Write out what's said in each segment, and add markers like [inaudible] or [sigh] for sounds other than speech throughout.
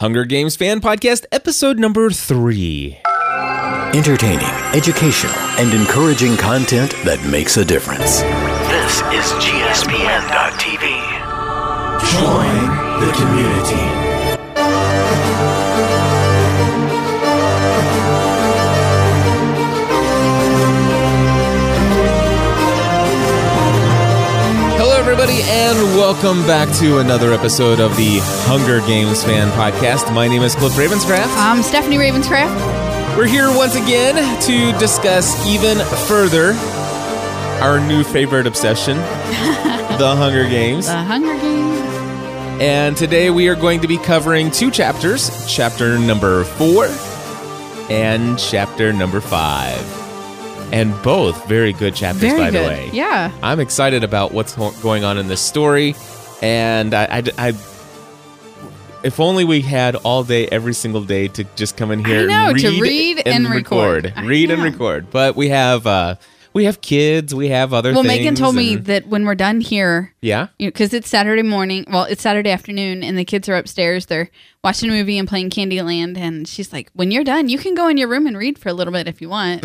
Hunger Games Fan Podcast, episode number three. Entertaining, educational, and encouraging content that makes a difference. This is GSPN.TV. Join the community. Hello, everybody, and welcome back to another episode of the Hunger Games Fan Podcast. My name is Cliff Ravenscraft. I'm Um, Stephanie Ravenscraft. We're here once again to discuss even further our new favorite [laughs] obsession, The Hunger Games. The Hunger Games. And today we are going to be covering two chapters chapter number four and chapter number five. And both very good chapters, Very by good. the way. Yeah. I'm excited about what's ho- going on in this story, and I, I- I- if only we had all day, every single day, to just come in here, and know, read to read and record. I read and know. record. But we have, uh, we have kids, we have other. Well, things Megan told me and- that when we're done here, yeah, [laughs] because it's Saturday morning. Well, it's Saturday afternoon, and the kids are upstairs. They're watching a movie and playing Candyland. And she's like, "When you're done, you can go in your room and read for a little bit if [laughs] you want."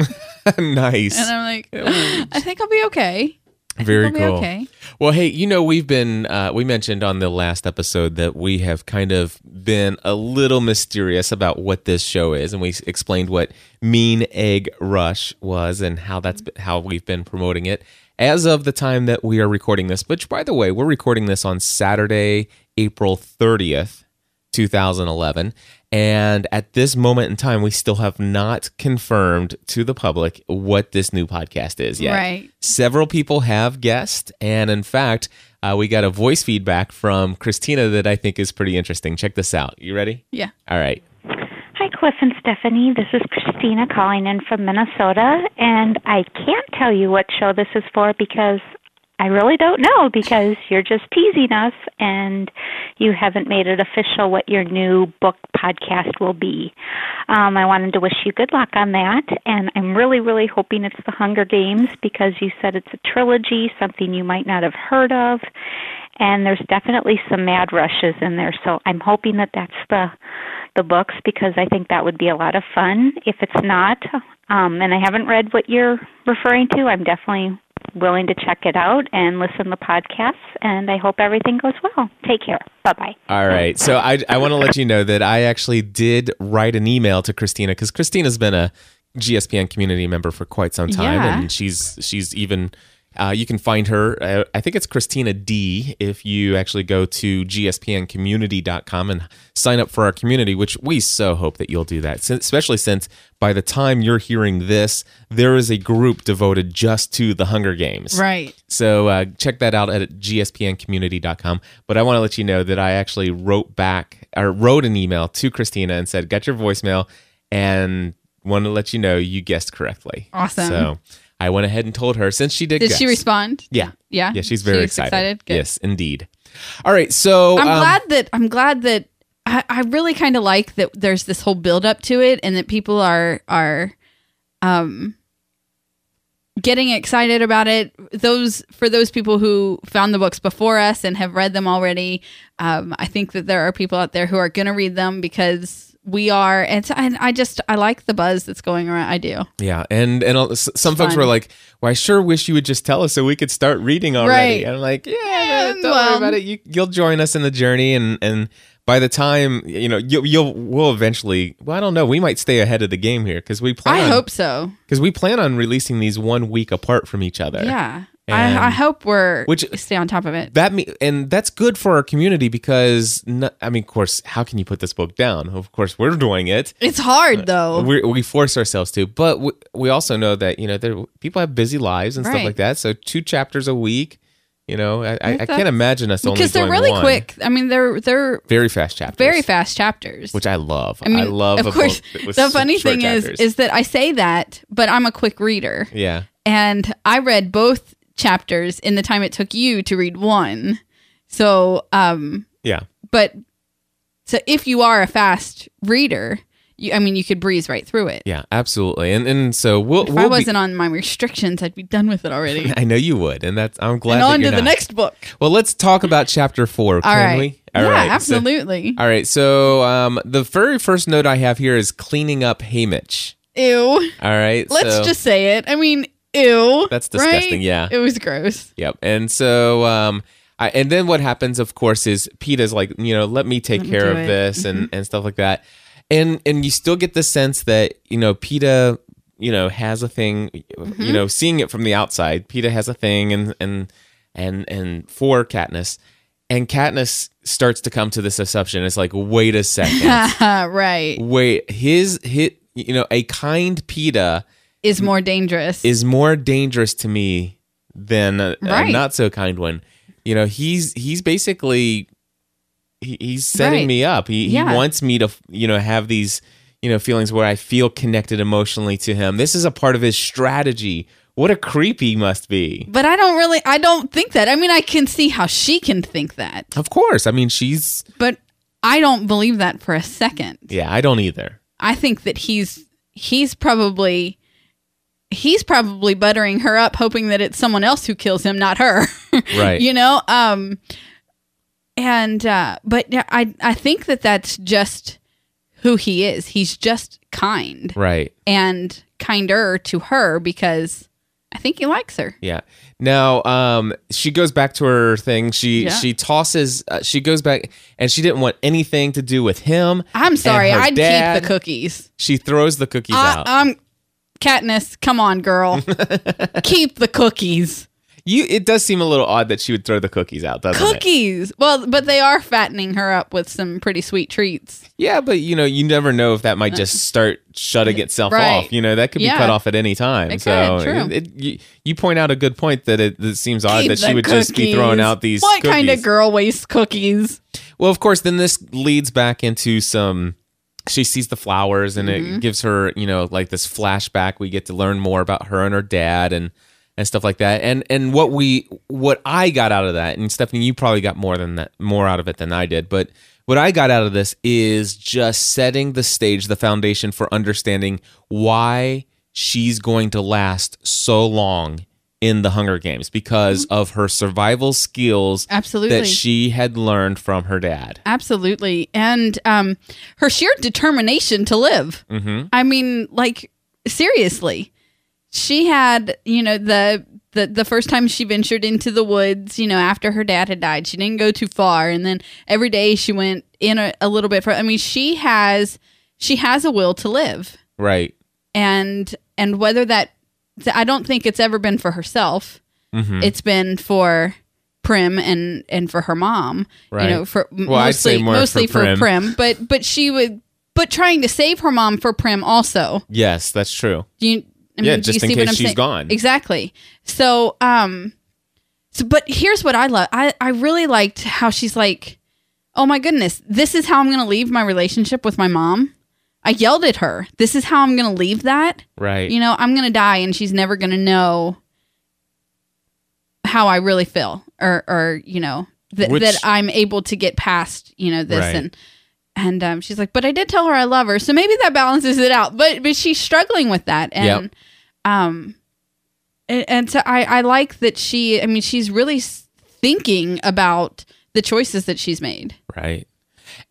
and nice. I'm like, "I think I'll be okay. I think Very I'll be cool. okay. Well, hey, you know, we've been, uh, we mentioned on the last episode that we have kind of been a little mysterious about what this show is. And we s- explained what Mean Egg Rush was and how that's how we've been promoting it as of the time that we are recording this. Which, by the way, we're recording this on Saturday, April 30th. 2011. And at this moment in time, we still have not confirmed to the public what this new podcast is yet. Right. Several people have guessed. And in fact, uh, we got a voice feedback from Christina that I think is pretty interesting. Check this out. You ready? Yeah. All right. Hi, Cliff and Stephanie. This is Christina calling in from Minnesota, and I can't tell you what show this is for because I really don't know because you're just teasing us and you haven't made it official what your new book podcast will be. Um, I wanted to wish you good luck on that, and I'm really, really hoping it's The Hunger Games because you said it's a trilogy, something you might not have heard of, and there's definitely some mad rushes in there. So I'm hoping that that's the the books because I think that would be a lot of fun. If it's not, um, and I haven't read what you're referring to, I'm definitely willing to check it out and listen to the podcasts. And I hope everything goes well. Take care. Bye bye. All right. So I, I want to let you know that I actually did write an email to Christina because Christina's been a GSPN community member for quite some time, Yeah. and she's she's even. Uh, you can find her. Uh, I think it's Christina D. If you actually go to gspncommunity.com and sign up for our community, which we so hope that you'll do that, since, especially since by the time you're hearing this, there is a group devoted just to the Hunger Games. Right. So uh, check that out at gspncommunity.com. But I want to let you know that I actually wrote back or wrote an email to Christina and said, Got your voicemail and want to let you know you guessed correctly. Awesome. So I went ahead and told her since she did Did she guess. respond? Yeah. Yeah. Yeah, she's very She was excited. Good. Yes, indeed. All right. So I'm um, glad that I'm glad that I, I really kind of like that there's this whole build up to it and that people are are um getting excited about it those for those people who found the books before us and have read them already um, i think that there are people out there who are going to read them because we are and, so- and i just i like the buzz that's going around i do Yeah, and and all- s- some folks fun. were like, "Well, I sure wish you would just tell us so we could start reading already." Right. And I'm like, "Yeah, man, And, don't worry well- about it. You you'll join us in the journey, and and by the time you know you, you'll we'll eventually. Well, I don't know. We might stay ahead of the game here because we plan. i hope so because we plan on releasing these one week apart from each other. yeah Uh, And- I, I hope we're Which- stay on top of it That me and that's good for our community because no, I mean, of course, how can you put this book down? Of course, we're doing it. it's hard though we we force ourselves to, but we, we also know that you know there people have busy lives and stuff Right. like that. So two chapters a week, you know, I, I, I that's- can't imagine us only because they're doing really one. quick. I mean, they're they're very fast chapters, very fast chapters. which I love. I, mean, love. a Of course, book with the s- funny short thing is chapters. is that I say that, but I'm a quick reader, yeah, and I read both chapters in the time it took you to read one. So, um, yeah, but so if you are a fast reader, you, I mean, you could breeze right through it. yeah, absolutely. And and so we'll. If we'll I be- wasn't on my restrictions, I'd be done with it [laughs] already. I know you would, and that's. I'm glad. and that on you're to the not. next book. Well, let's talk about chapter four, All can right. we? All yeah, right, so- absolutely. all right. So um, the very first note I have here is cleaning up Haymitch. ew. [laughs] All right. Let's so- just say it. I mean, ew. That's right? disgusting, yeah. It was gross. Yep. And so, um, I, and then what happens, of course, is Peta's like, you know, let me take Let me care do of it. Mm-hmm. this and, and stuff like that. And and you still get the sense that you know Peta, you know, has a thing. Mm-hmm. You know, seeing it from the outside, Peta has a thing, and and and and for Katniss, and Katniss starts to come to this assumption. It's like, wait a [laughs] second, right. wait, his hit, you know, a kind Peta Is more dangerous. is more dangerous to me than a, Right. a not so kind one. You know, he's he's basically he, he's setting Right. me up. He, Yeah. he wants me to you know have these you know feelings where I feel connected emotionally to him. This is a part of his strategy. What a creep he must be. but I don't really I don't think that. I mean, I can see how she can think that. Of course, I mean she's But I don't believe that for a second. yeah. I don't either. I think that he's he's probably he's probably buttering her up hoping that it's someone else who kills him not her [laughs] Right. you know um and uh but yeah, i i think that that's just who he is he's just kind Right. and kinder to her because i think he likes her Yeah. Now, um, she goes back to her thing. She Yeah. she tosses. Uh, she goes back, and she didn't want anything to do with him. i'm and sorry her i'd dad. keep the cookies She throws the cookies I, out. i'm Katniss, come on, [laughs] girl. keep the cookies. you. It does seem a little odd that she would throw the cookies out, doesn't it? Cookies. Well, but they are fattening her up with some pretty sweet treats. Yeah, but you know, you never know if that might [laughs] just start shutting itself Right. off. You know, that could be Yeah. cut off at any time. It so could, true. It, it- you, you point out a good point that it, it seems odd Keep Uh, that she the would just be throwing cookies. out these. What kind of cookies. girl wastes cookies? Well, of course, then this leads back into some. She sees the flowers, and it gives her, you know, like this flashback. We get to learn more about her and her dad, and and stuff like that. And and what we what I got out of that, and Stephanie, you probably got more than that, more out of it than I did. But what I got out of this is just setting the stage, the foundation for understanding why she's going to last so long in the Hunger Games because of her survival skills Absolutely. that she had learned from her dad. Absolutely. And um, her sheer determination to live. Mm-hmm. I mean, like, seriously. She had, you know, the. The, the first time she ventured into the woods, you know, after her dad had died, she didn't go too far. And then every day she went in a, a little bit further. I mean, she has she has a will to live. Right. and and whether that I don't think it's ever been for herself. Hmm. It's been for Prim and and for her mom. Right. You know, for m- Well, I'd mostly say more for mostly for Prim. Prim. but but she would but trying to save her mom for Prim also. Yes, that's true. Do you I Yeah, mean, do just you in see case what I'm she's saying? gone. Exactly. So um so but here's what I love. I I really liked how she's like, "Oh my goodness, this is how I'm going to leave my relationship with my mom." I yelled at her. This is how I'm going to leave that Right. you know, I'm going to die and she's never going to know how I really feel or, or, you know, th- Which- that I'm able to get past, you know, this Right. and, and, um, she's like, but I did tell her I love her. So maybe that balances it out, but, but she's struggling with that. And, Yep. um, and, and so I, I like that she, I mean, she's really s- thinking about the choices that she's made. Right.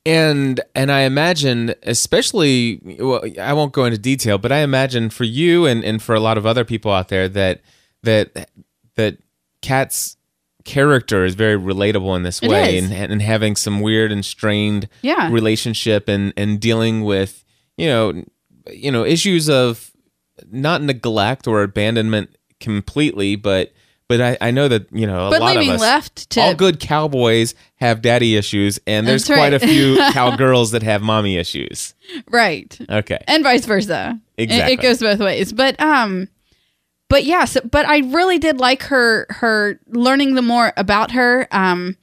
And and I imagine, especially, well, I won't go into detail, but I imagine for you and and for a lot of other people out there that that that Kat's character is very relatable in this It way, is. and and having some weird and strained Yeah. [laughs] relationship, and and dealing with you know you know issues of not neglect or abandonment completely, but. But I, I know that you know a but lot of leaving us left to all good cowboys have daddy issues, and there's That's quite right. a few [laughs] cowgirls that have mommy issues. right. Okay. and vice versa. It- Exactly. It, goes both ways. But um but yeah, so, but I really did like her her learning the more about her um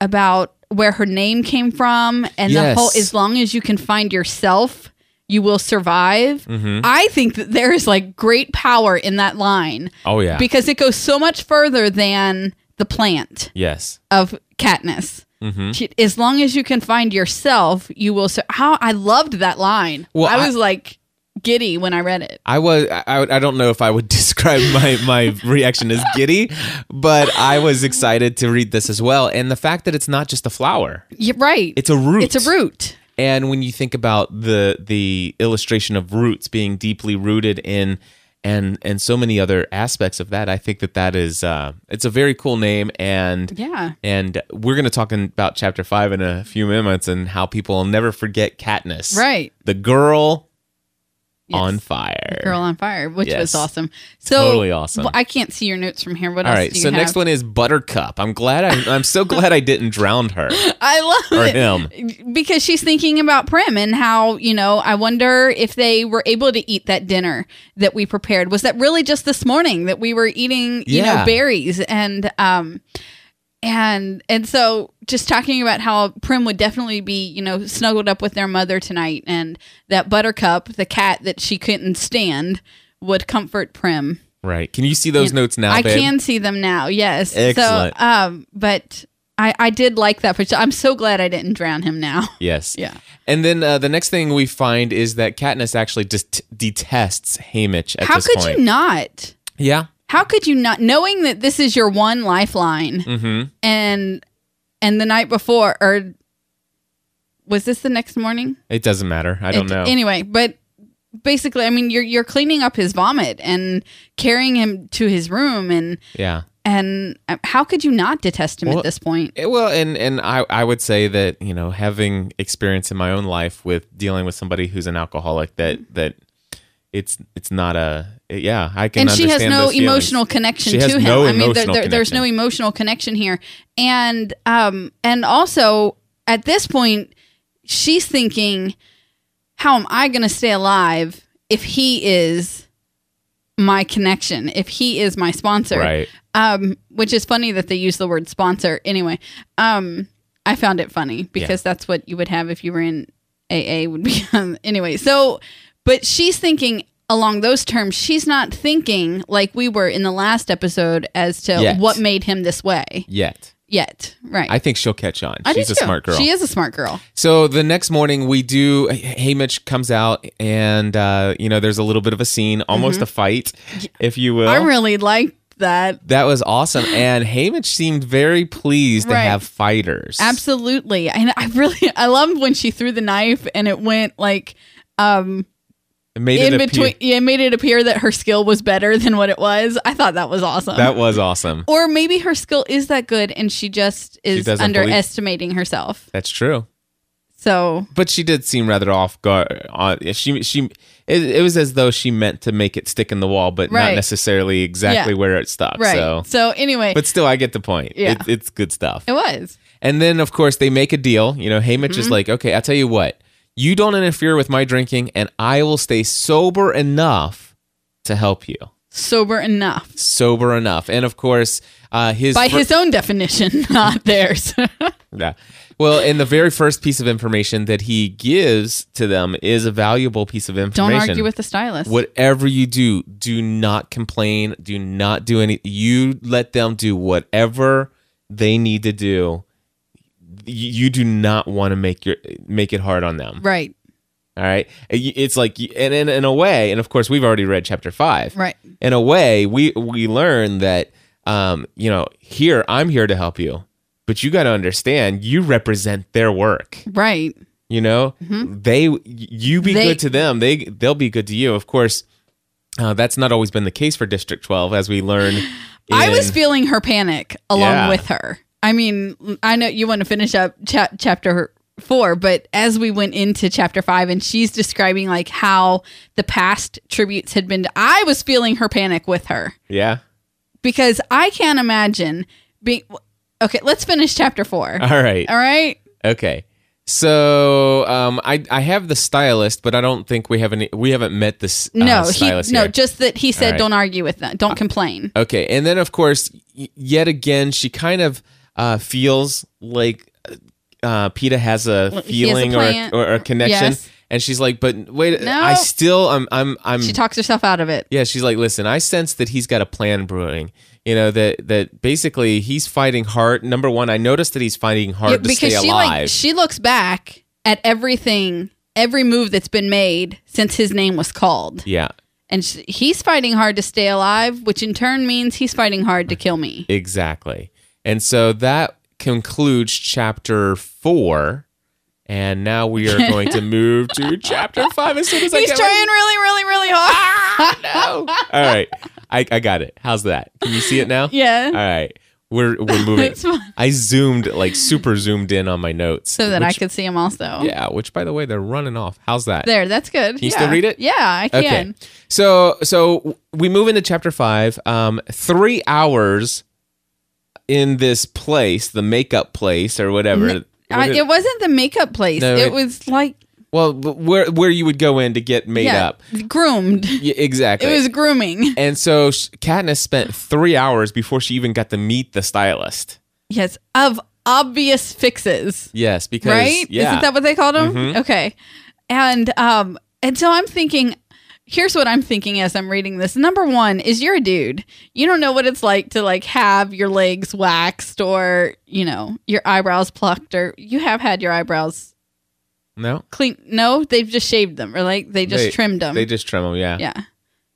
about where her name came from and Yes. the whole as long as you can find yourself you will survive. Mhm. I think that there is like great power in that line Oh yeah. because it goes so much further than the plant yes. of Katniss. Mm-hmm. She- As long as you can find yourself, you will. Sur- How I loved that line. Well, I I- was like, giddy when I read it. I was I, I don't know if I would [laughs] describe my my reaction as giddy, but I was excited to read this as well. And the fact that it's not just a flower. You're right. It's a root. It's a root. And when you think about the the illustration of roots being deeply rooted in and and so many other aspects of that, I think that that is uh, it's a very cool name. And Yeah. and we're gonna talk in- about chapter five in a few minutes and how people will never forget Katniss, Right. The girl Yes. on fire. Girl on Fire, which Yes. was awesome. So Totally awesome. Well, I can't see your notes from here. What All else right, do you so have? next one is Buttercup. I'm glad I, I'm so glad I didn't drown [laughs] her. I love Or it. because she's thinking about Prim and how, you know, I wonder if they were able to eat that dinner that we prepared. Was that really just this morning that we were eating, you Yeah. know, berries and um and and so just talking about how Prim would definitely be, you know, snuggled up with their mother tonight and that buttercup, the cat that she couldn't stand, would comfort Prim. Right? Can you see those notes now? I babe? can see them now. Yes. Excellent. So, um, but I, I did like that picture. I'm so glad I didn't drown him now. Yes. Yeah. And then uh, the next thing we find is that Katniss actually just detests Haymitch at How this could point. you not? Yeah. How could you not? Knowing that this is your one lifeline, Mm-hmm. and and the night before, or was this the next morning? It doesn't matter. I don't It- know. Anyway, but basically, I mean, you're you're cleaning up his vomit and carrying him to his room, and yeah. and uh, how could you not detest him Well, at this point? Eh, Well, and and I I would say that you know having experience in my own life with dealing with somebody who's an alcoholic that that it's it's not a yeah I can and she has understand no those feelings. emotional connection She has to him. no I mean, there, emotional there- there's no connection. emotional connection here, and um, and also at this point, she's thinking, "How am I going to stay alive if he is my connection? If he is my sponsor?" right Um, which is funny that they use the word sponsor. Anyway, um, I found it funny because that's what you would have if you were in AA. Would be [laughs] um, anyway. So, but she's thinking along those terms. She's not thinking like we were in the last episode as to Yet. what made him this way yet yet. Right. I think she'll catch on I do she's a too. smart girl She is a smart girl. So the next morning, we do. Haymitch comes out, and uh, you know, there's a little bit of a scene, almost a fight, if you will. I Mm-hmm. really liked that. that was awesome, and Haymitch seemed very pleased Right. to have fighters. Absolutely. And I really I loved when she threw the knife and it went like um It made in it between appear- yeah, it made it appear that her skill was better [laughs] than what it was. I thought that was awesome. that was awesome. or maybe her skill is that good and she just is doesn't underestimating herself. That's true. So But she did seem rather off guard. On she she, it, it was as though she meant to make it stick in the wall, but not Right. necessly exactly Yeah. where it stuck. right. So, So, anyway, but still, I get the point. Yeah. It, it's good stuff. it was. And then, of course, they make a deal. You know, Haymitch Mm-hmm. is like, okay, I'll tell you what, you don't interfere with my drinking, and I will stay sober enough to help you. Sober enough. Sober enough. And of course, uh, his. By fir- his own definition, [laughs] not theirs. [laughs] Yeah. Well, and the very first piece of information that he gives to them is a valuable piece of Don't information. argue with the stylist. Whatever you do, do not complain. Do not do any. You let them do whatever they need to do. You you do not want to make your make it hard on them. Right. All right. It's like, and in, in a way, and of course, we've already read chapter five. Right. In a way, we we learn that, um, you know, here I'm here to help you, but you got to understand, you represent their work. Right. You know, they you be Mm-hmm. They- good to them. They they'll be good to you. Of course, uh, that's not always been the case for District Twelve, as we learn. [gasps] I in- was feeling her panic along Yeah. with her. I mean, I know you want to finish up cha- chapter four, but as we went into chapter five and she's describing like how the past tributes had been, I was feeling her panic with her yeah. because I can't imagine being. Okay, let's finish chapter four. All right. All right. Uh-huh, Okay. So um, I I have the stylist, but I don't think we have any. We haven't met this. Uh, No, he, stylist no, here. just that he said, right. Uh, don't argue with them, don't complain. Okay, and then of course, y- yet again, she kind of uh, feels like uh, Peta has a he has a feeling or plan. or, a connection, Yes. and she's like, "But wait, No. I still, I'm, I'm, I'm." She talks herself out of it. yeah, she's like, "Listen, I sense that he's got a plan brewing. You know that that basically he's fighting hard. Number one, I noticed that he's fighting hard Yeah, to stay she alive. like she looks back at everything every move that's been made since his name was called. Yeah, And sh- he's fighting hard to stay alive, which in turn means he's fighting hard to kill me. exactly. And so that concludes chapter four. And now we are going [laughs] to move to chapter five as soon as I He's get trying really, really, really hard. Ah, no. All right. I, I got it. How's that? Can you see it now? [laughs] Yeah. All right. We're we're moving. It's fine. I zoomed like super zoomed in on my notes. So that I which- could see him also. Yeah, which by the way, they're running off. How's that? There, that's good. Can you still read it? Yeah, I okay. can. So so we move into chapter five. Um, three hours in this place, the makeup place or whatever. I, What uh, it, wasn't the makeup place. No, it, it- was like well, where where you would go in to get made yeah, up? [laughs] groomed. Yeah, exactly. It was grooming. And so sh- Katniss spent three hours before she even got to meet the stylist. Yes, of obvious fixes, Yes, because right? yeah, Mm-hmm. Isn't that what they called them? Okay, and um, and so I'm thinking. Here's what I'm thinking as I'm reading this. Number one is you're a dude. You don't know what it's like to like have your legs waxed or you know your eyebrows plucked or you have had your eyebrows no, clean. No, they've just shaved them or like they just trimmed them. They just trim them. Yeah, Yeah.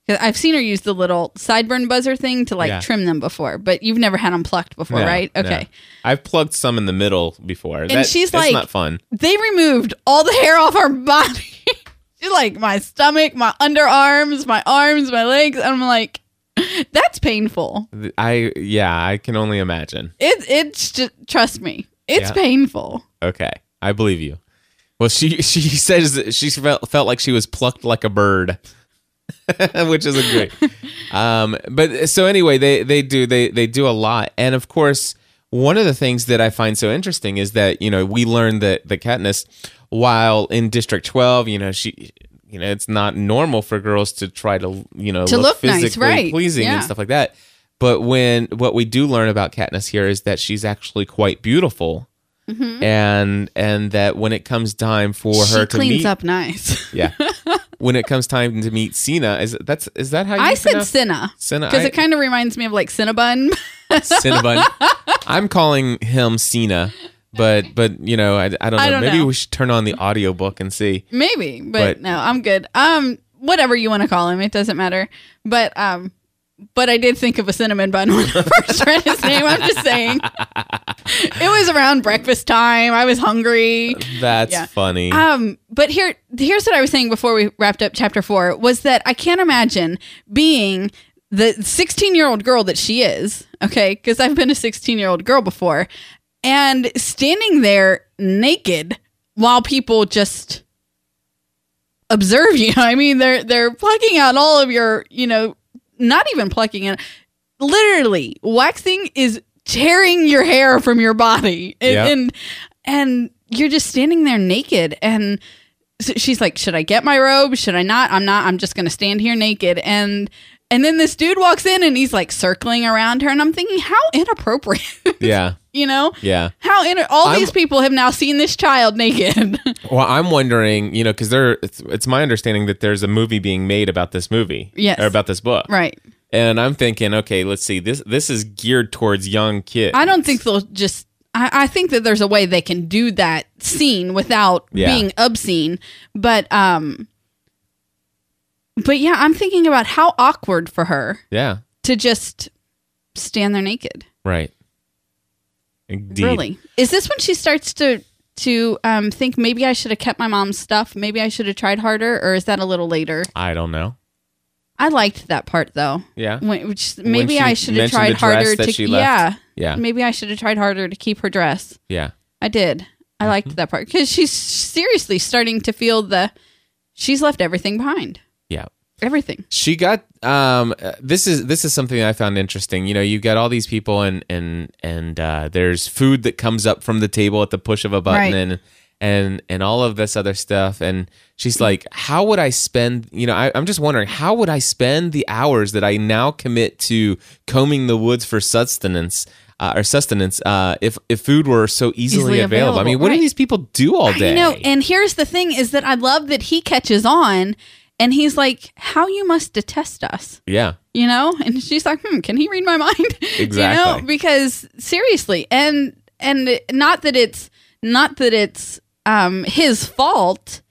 'Cause I've seen her use the little sideburn buzzer thing to like Yeah. trim them before, but you've never had them plucked before, No, right? no. Okay. I've plugged some in the middle before, and she's that's like- not fun. They removed all the hair off her body. [laughs] She's like my stomach, my underarms, my arms, my legs. And I'm like, that's painful. Th- I yeah, I can only imagine. It it's just trust me, it's Yeah. painful. Okay, I believe you. Well, she [laughs] she says that she felt felt like she was plucked like a bird, [laughs] which is a great. [laughs] Um, but so anyway, they they do they they do a lot, and of course, one of the things that I find so interesting is that you know we learned that the Katniss, while in District Twelve, you know she. You know, it's not normal for girls to try to, you know, To look nice, physically right, pleasing yeah. and stuff like that. But when what we do learn about Katniss here is that she's actually quite beautiful and and that when it comes time for Mm-hmm. she her to cleans meet, up nice. [laughs] yeah, when it comes time to meet Cena, is that's is that how you I said pronounce- Cinna Cinna? because I- it kind of reminds me of like Cinnabon. [laughs] Cinnabon? I'm calling him Cena, but but you know I, I don't know. I don't Maybe know. we should turn on the audiobook and see. Maybe, but, But- no, I'm good. Um, whatever you want to call him, it doesn't matter. But um, but I did think of a cinnamon bun when I [laughs] first read his name. I'm just saying, it was around breakfast time. I was hungry. That's Yeah. funny. Um, but here, here's what I was saying before we wrapped up chapter four was that I can't imagine being the 16 year old girl that she is. Okay, because I've been a 16 year old girl before, and standing there naked while people just observe you. [laughs] I mean, they're they're plucking out all of your, you know, not even plucking it, literally waxing is tearing your hair from your body, and Yeah. and, and you're just standing there naked and. so She's like, should I get my robe? Should I not? I'm not. I'm just gonna stand here naked. And and then this dude walks in and he's like circling around her, and I'm thinking, how inappropriate, [laughs] yeah, you know? yeah. How inter- all I'm- these people have now seen this child naked. [laughs] Well, I'm wondering, you know, because there, it's, it's my understanding that there's a movie being made about this movie, Yes. or about this book, right. And I'm thinking, okay, let's see, this this is geared towards young kids. I don't think they'll just. I, I think that there's a way they can do that scene without Yeah. being obscene, but um, but yeah, I'm thinking about how awkward for her yeah, to just stand there naked. Right. Indeed. Really, is this when she starts to to um think maybe I should have kept my mom's stuff? Maybe I should have tried harder, or is that a little later? I don't know. I liked that part though. Yeah. When, which When maybe she I should have mentioned tried the dress harder that to she left. yeah Yeah. maybe I should have tried harder to keep her dress. Yeah. I did. I liked that part because she's seriously starting to feel the. She's left everything behind. Yeah. Everything. She got um uh, this is this is something I found interesting. You know, you've got all these people and and and uh there's food that comes up from the table at the push of a button Right. and and and all of this other stuff and she's like how would i spend you know I, i'm just wondering how would i spend the hours that i now commit to combing the woods for sustenance uh, or sustenance uh, if if food were so easily, Easily available. i available, mean what right. do these people do all day I know. And here's the thing: is that I love that he catches on, and he's like, "How you must detest us," yeah you know. And she's like, "Hmm, can he read my mind?" [laughs] you Exactly. know, because seriously, and and not that it's not that it's um his fault,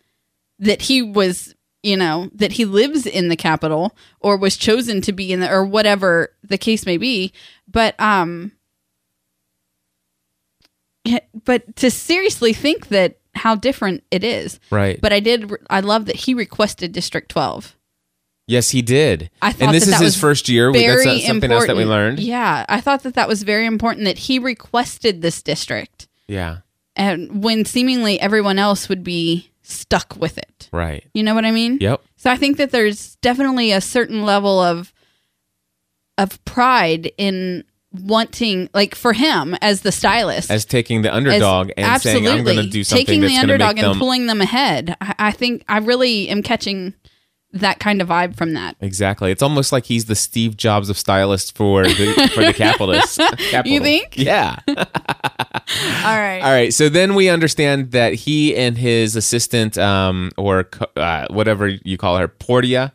that he was, you know, that he lives in the capital or was chosen to be in the or whatever the case may be. But um yeah, but to seriously think that how different it is. Right. But I did I love that he requested District 12. yes, he did. I thought and this that is that his was first year. We- That's Very something important. else that we learned. Yeah, I thought that that was very important that he requested this district, Yeah. and when seemingly everyone else would be stuck with it. Right. You know what I mean? Yep. So I think that there's definitely a certain level of of pride in wanting, like for him as the stylist, As taking the as- underdog and saying, I'm going to absolutely, do something taking that's the going to underdog make and them. pulling them ahead. I, I think I really am catching that kind of vibe from [coughs] that. Exactly. It's almost like he's the Steve Jobs of stylists for the for the [laughs] capitalists. Capital. think? Yeah. All right. [laughs] All right. So then we understand that he and his assistant, um, or co- uh, whatever you call her, Portia.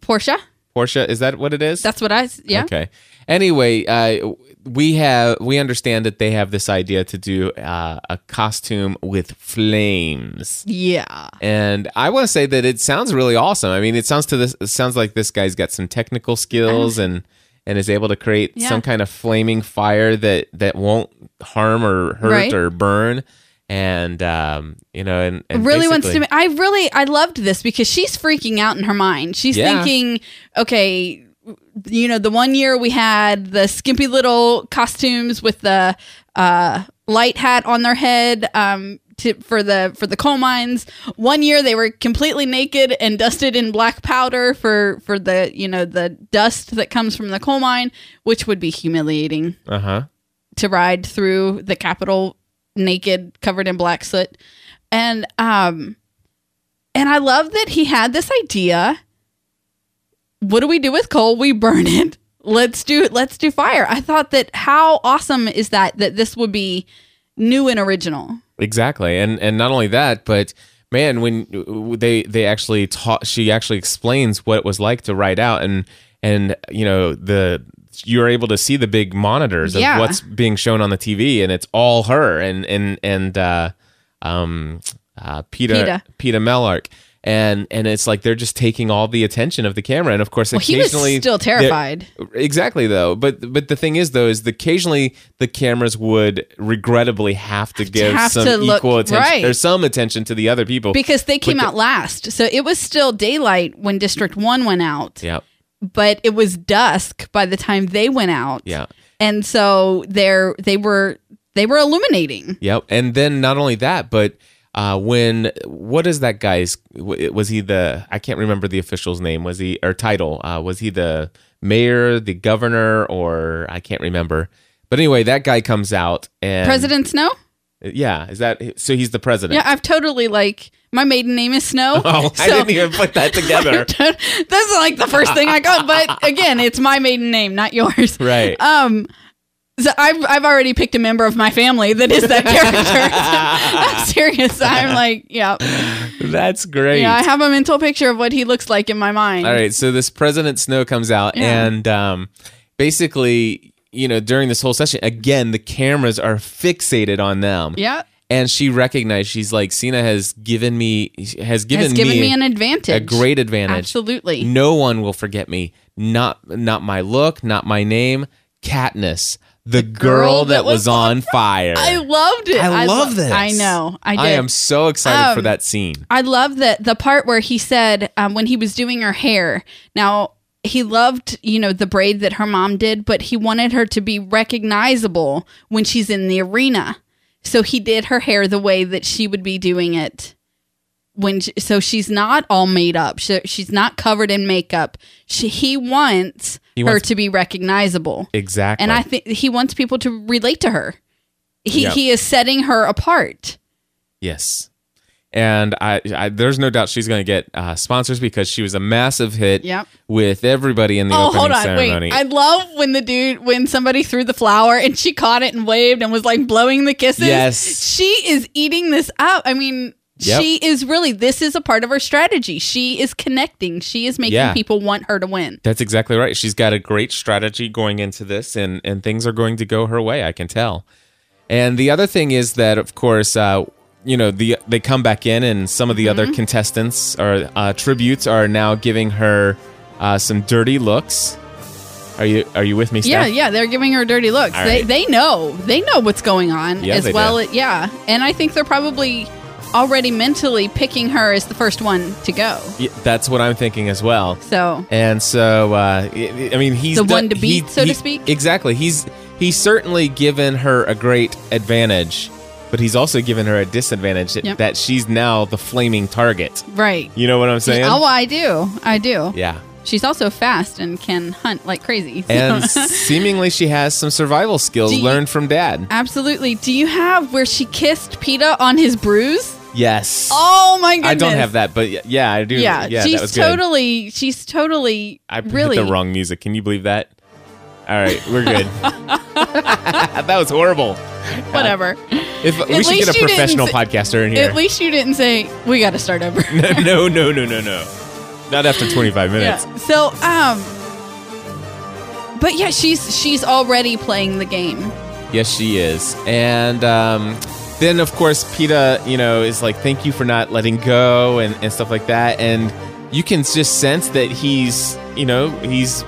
Portia, Portia, is that what it is? that's what I s- yeah. Okay. Anyway, uh, we have we understand that they have this idea to do uh, a costume with flames. Yeah. And I want to say that it sounds really awesome. I mean, it sounds to this it sounds like this guy's got some technical skills and and is able to create Uh-huh. Yeah. some kind of flaming fire that that won't harm or hurt Right. or burn. And um, you know, and, and really wants to basically- ma- I really I loved this because she's freaking out in her mind. She's Yeah. thinking, okay, you know, the one year we had the skimpy little costumes with the uh light hat on their head um to, for the for the coal mines. One year they were completely naked and dusted in black powder for for the, you know, the dust that comes from the coal mine, which would be humiliating uh-huh. to ride through the Capitol naked, covered in black soot. And um and I love that he had this idea. What do we do with coal? We burn it. Let's do let's do fire. I thought that how awesome is that that this would be new and original. Exactly, and and not only that, but man, when uh, they they actually taught, she actually explains what it was like to write out, and and you know the you're able to see the big monitors of Yeah. what's being shown on the TV, and it's all her, and and and uh, um, uh, Peter Peta. Peter, Mellark. And and it's like they're just taking all the attention of the camera, and of course, Well, he was occasionally still they're- terrified. Exactly though, but but the thing is though is the, occasionally the cameras would regrettably have to give have some to equal look- attention right. or some attention to the other people. Because they came out last. So it was still daylight when District 1 went out, yeah, but it was dusk by the time they went out. yeah, and so they're they were they were illuminating yep. And then not only that, but uh, when what is that guy's? w- Was he the? I can't remember the official's name. Was he or title? Uh, was he the mayor, the governor, or I can't remember. But anyway, that guy comes out and president snow Yeah, is that so? He's the president. yeah i've totally like my maiden name is snow [laughs] Oh, I So- didn't even put [laughs] that together. that's like the first thing i got but again it's my maiden name not yours Right. um so I've, I've already picked a member of my family that is that character. [laughs] I'm serious. I'm like, yeah. That's great. Yeah, I have a mental picture of what he looks like in my mind. All right, so this President Snow comes out, Yeah. and um, basically, you know, during this whole session, again, the cameras are fixated on them. Yeah. And she recognized she's like, Cena has given me has given, Has given me, an advantage. a great advantage. Absolutely. No one will forget me. Not not my look, not my name. Katniss, the, girl, that, was, on fire. I loved it. I love lo- this. I know. I did. I am so excited for Um, that scene. I love that the part where he said um, when he was doing her hair. Now he loved you know the braid that her mom did, but he wanted her to be recognizable when she's in the arena. So he did her hair the way that she would be doing it when she, so she's not all made up. She, she's not covered in makeup. She, he wants He her wants- to be recognizable. Exactly. And I think he wants people to relate to her. He Yeah. he is setting her apart. Yes. And I, I there's no doubt she's going to get uh, sponsors because she was a massive hit Yep. with everybody in the Oh, opening hold on, ceremony. wait. I love when the dude when somebody threw the flower and she caught it and waved and was like blowing the kisses. Yes. She is eating this up. I mean, Yep. she is really this is a part of her strategy. She is connecting. She is making Yeah. people want her to win. That's exactly right. She's got a great strategy going into this, and and things are going to go her way. I can tell. And the other thing is that, of course, uh, you know the they come back in and some of the Mm-hmm. other contestants or uh, tributes are now giving her uh, some dirty looks. Are you are you with me? Yeah, Steph? yeah, they're giving her dirty looks. All They right. they know. They know what's going on Yeah, they as do. well. Yeah. And I think they're probably already mentally picking her as the first one to go. yeah. That's what I'm thinking as well. So, And so, uh, I I mean, he's The done- one to beat, so to speak? Exactly. He's he's certainly given her a great advantage, but he's also given her a disadvantage that, Yep. that she's now the flaming target. right. You know what I'm saying? Oh, I do. I do. yeah. She's also fast and can hunt like crazy. So- [laughs] And seemingly, she has some survival skills Do you- learned from dad. Absolutely. Do you have where she kissed PETA on his bruise? Yes. Oh my goodness. I don't have that, but y- yeah, I do. Yeah, that was she's good. totally she's totally I hit really the wrong music. Can you believe that? All right, we're good. [laughs] [laughs] that was horrible. whatever. If we should least get a you didn't professional s- podcaster in here. At least you didn't say we got to [laughs] start over. no, no, no, no, no. Not after 25 minutes. Yeah. So, um, but yeah, she's she's already playing the game. Yes, she is. And um, then, of course, PETA, you know, is like, thank you for not letting go and, and stuff like that. And you can just sense that he's, you know, he's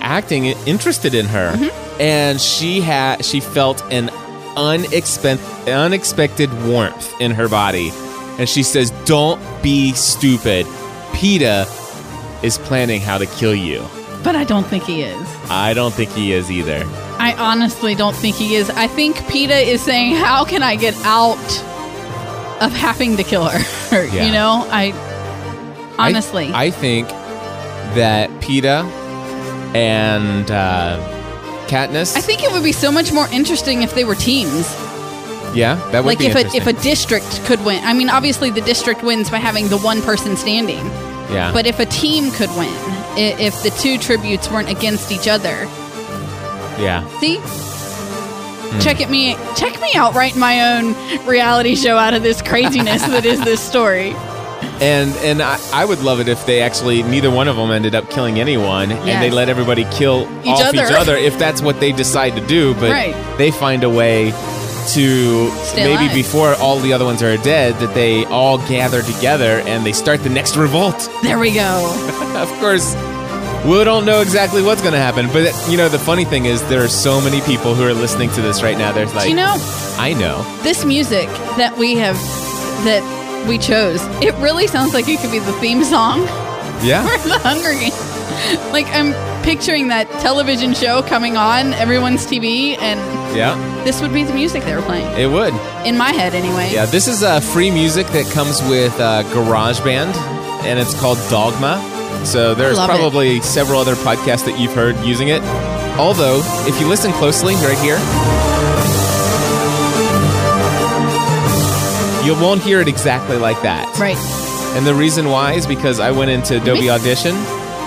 acting interested in her. And she had, she felt an unexpected, unexpected warmth in her body. And she says, don't be stupid. PETA is planning how to kill you. But I don't think he is. I don't think he is either. I honestly don't think he is. I think PETA is saying, "How can I get out of having to kill her?" [laughs] Yeah. You know, I I- honestly, I, think that PETA and uh, Katniss. I think it would be so much more interesting if they were teams. yeah, that would like be if a, interesting. if a district could win. I mean, obviously the district wins by having the one person standing. yeah, But if a team could win, i- if the two tributes weren't against each other, yeah, See? Hmm. Check at me check me out writing my own reality show out of this craziness that is this story. and and I, I would love it if they actually neither one of them ended up killing anyone, and they Yes. let everybody kill Each off each other. other if that's what they decide to do. But Right. they find a way to Stay maybe alive. before all the other ones are dead that they all gather together and they start the next revolt. There we go. of course, we don't know exactly what's going to happen. But you know, the funny thing is, there are so many people who are listening to this right now. There's like, Do you know I know. this music that we have that we chose? It really sounds like it could be the theme song [laughs] Yeah, for the Hunger Games. Like I'm picturing that television show coming on everyone's TV and yeah, this would be the music they were playing it would. in my head anyway. Yeah, this is uh, free music that comes with uh, GarageBand, and it's called Dogma. So there's Love it. probably several other podcasts that you've heard using it. Although, if you listen closely right here, you won't hear it exactly like that. Right. And the reason why is because I went into Adobe Me- Audition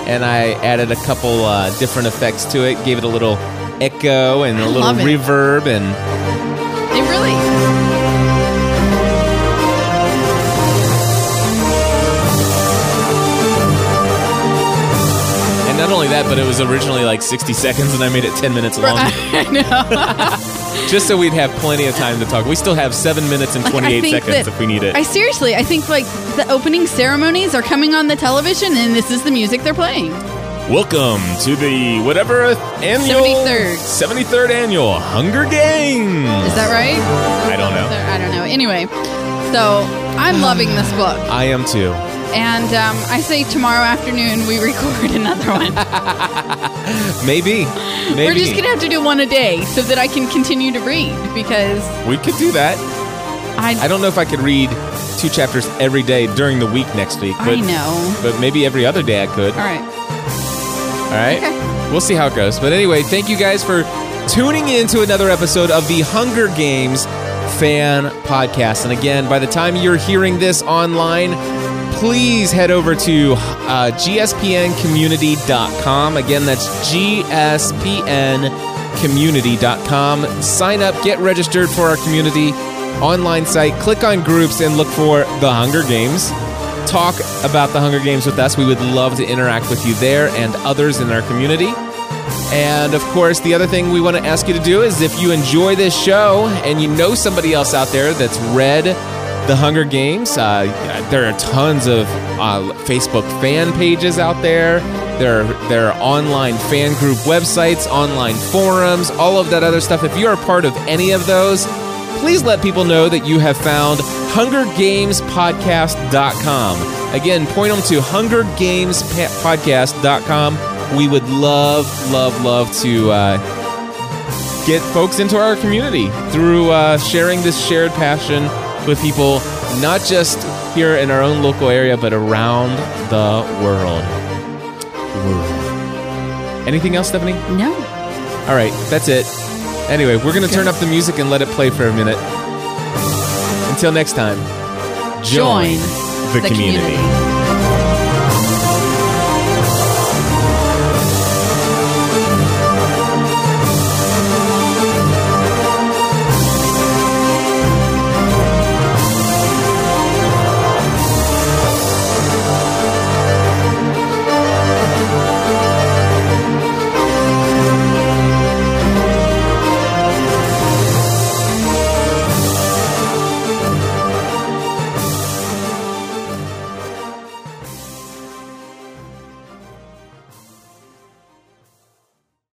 and I added a couple uh, different effects to it, gave it a little echo and a little love it. reverb and It really [laughs] and not only that, but it was originally like 60 seconds and I made it 10 minutes long I know. [laughs] just so we'd have plenty of time to talk. We still have 7 minutes and Like, I 28 think seconds that- if we need it. I seriously, I think like the opening ceremonies are coming on the television, and this is the music they're playing. Welcome to the whatever annual 73rd. 73rd annual Hunger Games. Is that right? I don't know. I don't know. Anyway, so I'm loving this book, I am too. and um, I say tomorrow afternoon we [laughs] record [laughs] another one. Maybe. Maybe. We're just gonna have to do one a day so that I can continue to read because we could do that. I I don't know if I could read two chapters every day during the week next week. I know. But maybe every other day I could. All right, All right. We'll see how it goes. But anyway, thank you guys for tuning in to another episode of the Hunger Games fan podcast. And again, by the time you're hearing this online, please head over to uh, gspncommunity.com. Again, that's gspncommunity.com. Sign up, get registered for our community online site, click on groups, and look for the Hunger Games talk about the Hunger Games with us. We would love to interact with you there and others in our community. And of course, the other thing we want to ask you to do is if you enjoy this show and you know somebody else out there that's read the Hunger Games. Uh, there are tons of uh, Facebook fan pages out there. There are, there are online fan group websites, online forums, all of that other stuff. If you are part of any of those, please let people know that you have found hungergamespodcast.com. Again, point them to hungergamespodcast.com. We would love, love, love to. Uh, get folks into our community through uh, sharing this shared passion with people, not just here in our own local area, but around the world. World. Anything else, Stephanie? No. All right, that's it. Anyway, we're going to turn up the music and let it play for a minute. Until next time, Join, the, community. community.